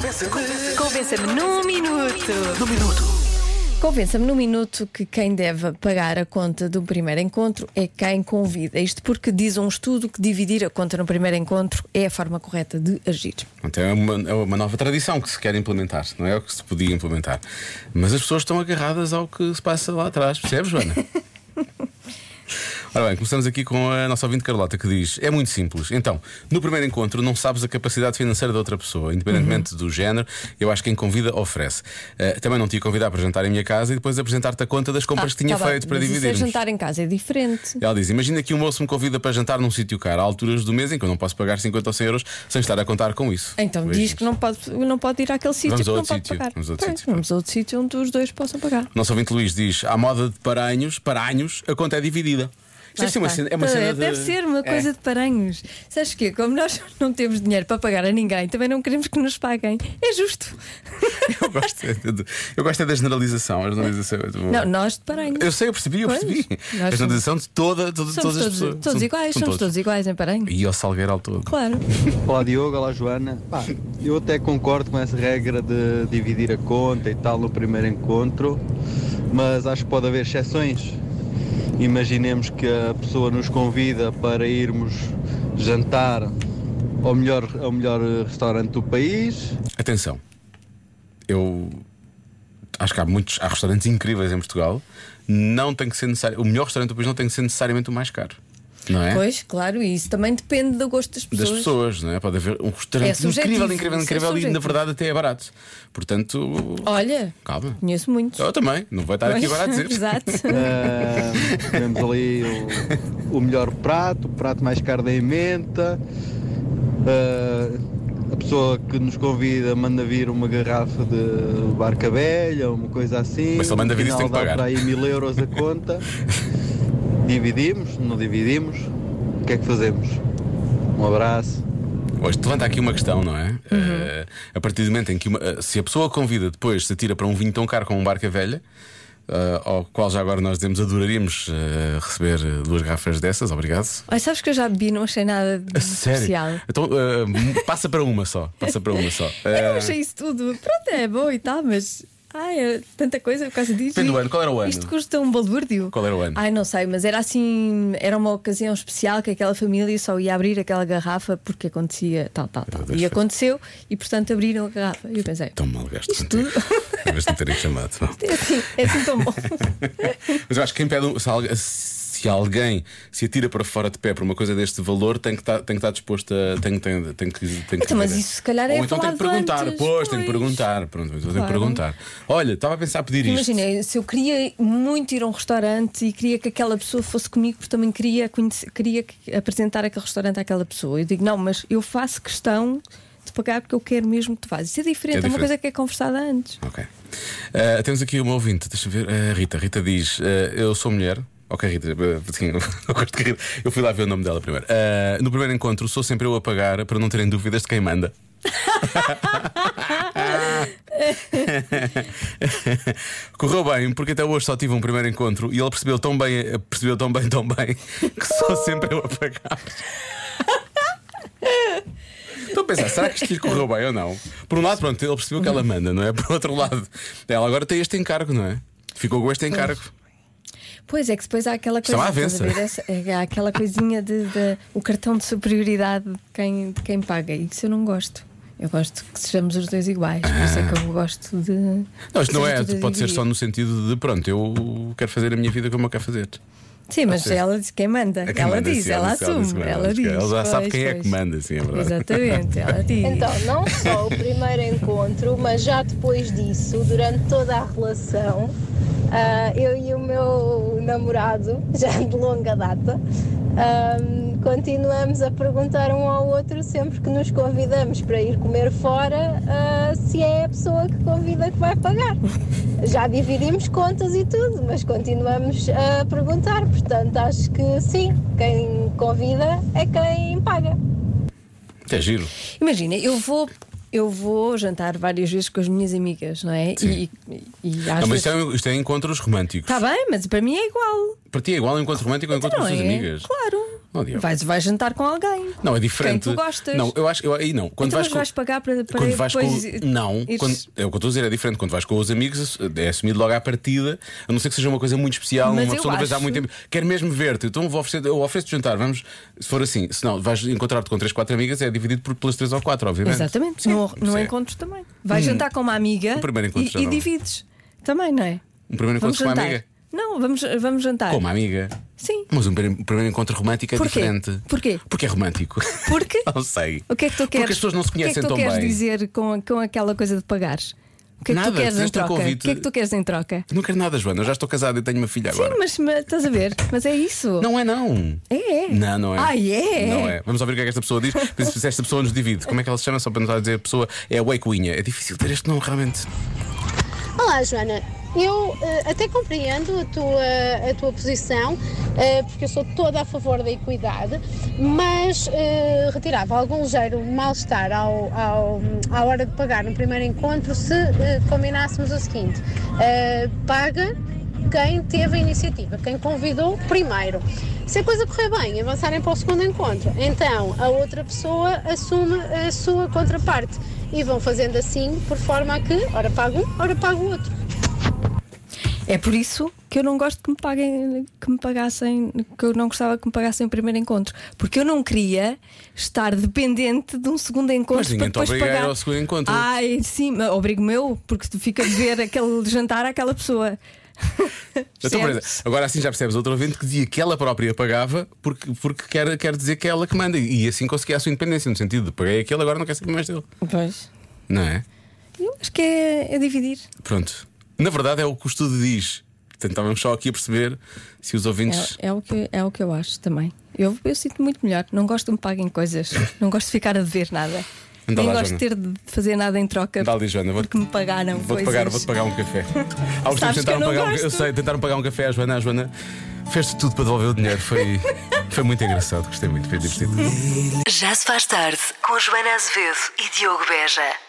Convença-me. Convença-me num minuto. No minuto. Convença-me num minuto que quem deve pagar a conta do primeiro encontro é quem convida. Isto porque diz um estudo que dividir a conta no primeiro encontro é a forma correta de agir. Então é uma, é uma nova tradição que se quer implementar, não é o que se podia implementar. Mas as pessoas estão agarradas ao que se passa lá atrás, percebes, Joana? Ora bem, começamos aqui com a nossa ouvinte Carlota que diz: é muito simples. Então, no primeiro encontro, não sabes a capacidade financeira da outra pessoa, independentemente Uhum. do género, eu acho que quem convida oferece. Ah, também não te ia convidar para jantar em minha casa e depois apresentar-te a conta das compras que tinha Tá bem, feito para mas isso é dividirmos. jantar em casa é diferente. Ela diz: Imagina que um moço me convida para jantar num sítio caro, a alturas do mês em que eu não posso pagar 50 ou 100 euros sem estar a contar com isso. Então Beijinhos. diz que não pode, não pode ir àquele sítio é. Vamos que a não outro pode sítio, pagar. vamos a outro Pois, sítio, vamos a outro sítio onde os dois possam pagar. Nosso ouvinte Luís diz: À moda de paranhos, paranhos, a conta é dividida. Isto deve ser uma Lá está. Então, cena, é uma cena de- Deve ser uma É. coisa de paranhos. Sabes que Como nós não temos dinheiro para pagar a ninguém, também não queremos que nos paguem. É justo. Eu gosto, é de- eu gosto é da generalização. A generalização é de- Não, nós de paranhos. Eu sei, eu percebi, eu Pois, percebi. A nós generalização de toda, toda- Somos todas as todos, pessoas. todos iguais, somos todos. iguais em paranhos. E ao Salgueiro ao todo. Claro. Olá Diogo, olá Joana. Pá, eu até concordo com essa regra de dividir a conta e tal no primeiro encontro, mas acho que pode haver exceções. Imaginemos que a pessoa nos convida para irmos jantar ao melhor, ao melhor restaurante do país. Atenção, eu acho que há muitos há restaurantes incríveis em Portugal. Não tem que ser necessário. O melhor restaurante do país não tem que ser necessariamente o mais caro. Não é? Pois, claro, e isso também depende do gosto das pessoas. das pessoas, não é? Pode haver um É restaurante subjetivo, incrível, isso incrível, é incrível e na subjetivo. verdade até é barato. Portanto, Olha, calma. conheço muitos. Eu também, não vou estar aqui agora a dizer. Exato. Ah, Tivemos ali o, o melhor prato, o prato mais caro da emenda. Ah, a pessoa que nos convida manda vir uma garrafa de barca velha, uma coisa assim. Mas se ele manda No vir, isso tem final que dá pagar. para aí mil euros a conta. dividimos, não dividimos. O que é que fazemos? Um abraço. Hoje levanta aqui uma questão, não Uhum. é? Eh, a partir do momento em que uma- eh, se a pessoa convida depois se atira para um vinho tão caro como um barca velha, eh, ao qual já agora nós dizemos adoraríamos eh, receber eh, duas garrafas dessas, obrigado. Olha, sabes que eu já bebi, não achei nada de A sério? especial. Então eh, m- passa para uma só, passa para uma só. Eu Eh, não achei isso tudo. Pronto, é bom e tal, mas. Ai, é tanta coisa por causa disso. Depende do E ano. Qual era o ano? Isto custa um balúrdio. Qual era o ano? Ai, não sei, mas era assim. Era uma ocasião especial que aquela família só ia abrir aquela garrafa porque acontecia tal, tal, tal. Deus, E foi. Então- aconteceu e, portanto, abriram a garrafa. E eu pensei, Tão mal gasto. Isto tudo. Mas não terem chamado. Bom. é assim, é assim tão bom. Mas eu acho que quem pede um- se, algu- se alguém se atira para fora de pé por uma coisa deste valor, tem que estar, tem que estar disposto a. Tem, tem, tem que, tem que Então, mas dizer. isso se calhar é Ou então tem que falado perguntar. antes, pois, tem que pois. perguntar. Pronto, então tem que Claro. perguntar. Olha, estava a pensar pedir isto. Imagina, se eu queria muito ir a um restaurante e queria que aquela pessoa fosse comigo, porque também queria, conhecer- queria que- apresentar aquele restaurante àquela pessoa. Eu digo, não, mas eu faço questão de pagar porque eu quero mesmo que tu vás. Isso é diferente, é, É uma diferente. coisa que é conversada antes. Ok. Eh, temos aqui uma ouvinte, deixa eu ver. eh, Rita. Rita diz: eh, Eu sou mulher. Ok, Rita, eh, sim, eu gosto de rir. Eu fui lá ver o nome dela primeiro. Eh, no primeiro encontro, sou sempre eu a pagar para não terem dúvidas de quem manda. Correu bem, porque até hoje só tive um primeiro encontro e ele percebeu tão bem, eh, percebeu tão bem, tão bem, que sou sempre eu a pagar. Estou a pensar, será que isto lhe correu bem ou não? Por um lado, pronto, ele percebeu que ela manda, não é? Por outro lado, ela agora tem este encargo, não é? Ficou com este encargo. Pois é que depois há aquela Isto é coisa. uma estás a avença. ver? Essa- é, há aquela coisinha de, de- o cartão de superioridade de quem, de quem paga. E isso eu não gosto. Eu gosto que sejamos os dois iguais. Por isso é que eu gosto de. Não, isto não que é, sejam todas pode ser iguais. só no sentido de pronto, eu quero fazer a minha vida como eu quero fazer. Sim, mas seja, ela diz quem manda. É quem ela manda, diz, sim, ela, disse, disse assume, que ela diz. Ela já sabe Pois, quem é pois. que manda, sim, é verdade. Exatamente, ela diz. Então, não só o primeiro encontro, mas já depois disso, durante toda a relação, ah, eu e o meu namorado, já de longa data, ah, continuamos a perguntar um ao outro sempre que nos convidamos para ir comer fora ah, se é a pessoa que convida que vai pagar. Já dividimos contas e tudo, mas continuamos a perguntar, portanto, acho que sim, quem convida é quem paga. É giro. Imagina, eu vou. Eu vou jantar várias vezes com as minhas amigas, não é? Sim. E, e, e às Não, mas vezes. isto é, isto é encontros românticos. Está bem, mas para mim é igual. Para ti é igual um encontro romântico ou um encontro não com as é? tuas amigas. Claro. Não, Diogo. Vais, vais jantar com alguém. Não, é diferente. Quem tu gostas. Não, eu acho. Eu, aí não. Quando Então, vais mas com- vais pagar para- para quando vais depois com- ir- Não. ires- Quando, é, o que eu estou a dizer é diferente. Quando vais com os amigos, é assumido logo à partida, a não ser que seja uma coisa muito especial, Mas uma eu pessoa não vês há acho- muito tempo. Quero mesmo ver-te. Então vou oferecer, eu ofereço-te jantar. Vamos. Se for assim, se não, vais encontrar-te com três quatro amigas, é dividido por, pelas três ou quatro obviamente. Exatamente. Sim, no isso no é. Hum. encontro também. Vais jantar com uma amiga No primeiro encontro já e, e não. divides. Também, não é? Um primeiro vamos encontro com jantar. uma amiga. Não, vamos, vamos jantar. Com uma amiga. Sim. Mas um primeiro um primeiro encontro romântico é Porquê? diferente. Porquê? Porque é romântico. Porque não sei. o que é que tu queres? Porque as pessoas não se o que é que conhecem tu tão queres bem. dizer com, com aquela coisa de pagares? O que é que Nada, tu queres em fizeste um troca? convite. O que é que tu queres em troca? Não quero nada, Joana. Eu já estou casado e tenho uma filha agora. Sim, mas, mas estás a ver? Mas é isso. Não é, não. É, é. Não, não é. Ah, é? Não é. Vamos ouvir o que é que esta pessoa diz. Por isso, se esta pessoa nos divide, como é que ela se chama? Só para não estar a dizer a pessoa é Wakeunha. É difícil ter este nome, realmente. Olá, Joana. Eu eh, até compreendo a tua, a tua posição, eh, porque eu sou toda a favor da equidade, mas eh, retirava algum ligeiro mal-estar ao, ao- à hora de pagar no primeiro encontro se eh, combinássemos o seguinte: eh, paga quem teve a iniciativa, quem convidou primeiro. Se a coisa correr bem, avançarem para o segundo encontro, então a outra pessoa assume a sua contraparte e vão fazendo assim, por forma a que, ora paga um, ora paga o outro. É por isso que eu não gosto que me paguem, que me pagassem, que eu não gostava que me pagassem o primeiro encontro, porque eu não queria estar dependente de um segundo encontro Mas para ninguém te depois obriga a ir pagar. ao segundo encontro. Ai, sim, mas obrigo-me eu, porque tu fica a ver aquele jantar àquela pessoa. Então, por Percebes? exemplo, agora assim já percebes outro ouvinte que dizia que ela própria pagava porque, porque quer, quer dizer que é ela que manda. E assim conseguia a sua independência, no sentido de paguei aquele, agora não quer saber mais dele. Pois. Não é? Eu acho que é, é dividir. Pronto. Na verdade, é o que o estudo diz. Portanto, estávamos só aqui a perceber se os ouvintes. É, é o que, é o que eu acho também. Eu, eu sinto muito melhor. Não gosto que me paguem coisas. Não gosto de ficar a dever nada. Anda Nem lá, gosto de ter de fazer nada em troca Dá ali, Joana, vou-te porque me pagaram Vou-te coisas. pagar, vou pagar um café. Há Sabes uns tempos que eu tentaram não pagar um, gosto. eu sei, tentaram pagar um café à Joana. A Joana fez tudo para devolver o dinheiro. Foi, foi muito engraçado, gostei muito, foi divertido. Já se faz tarde com Joana Azevedo e Diogo Beja.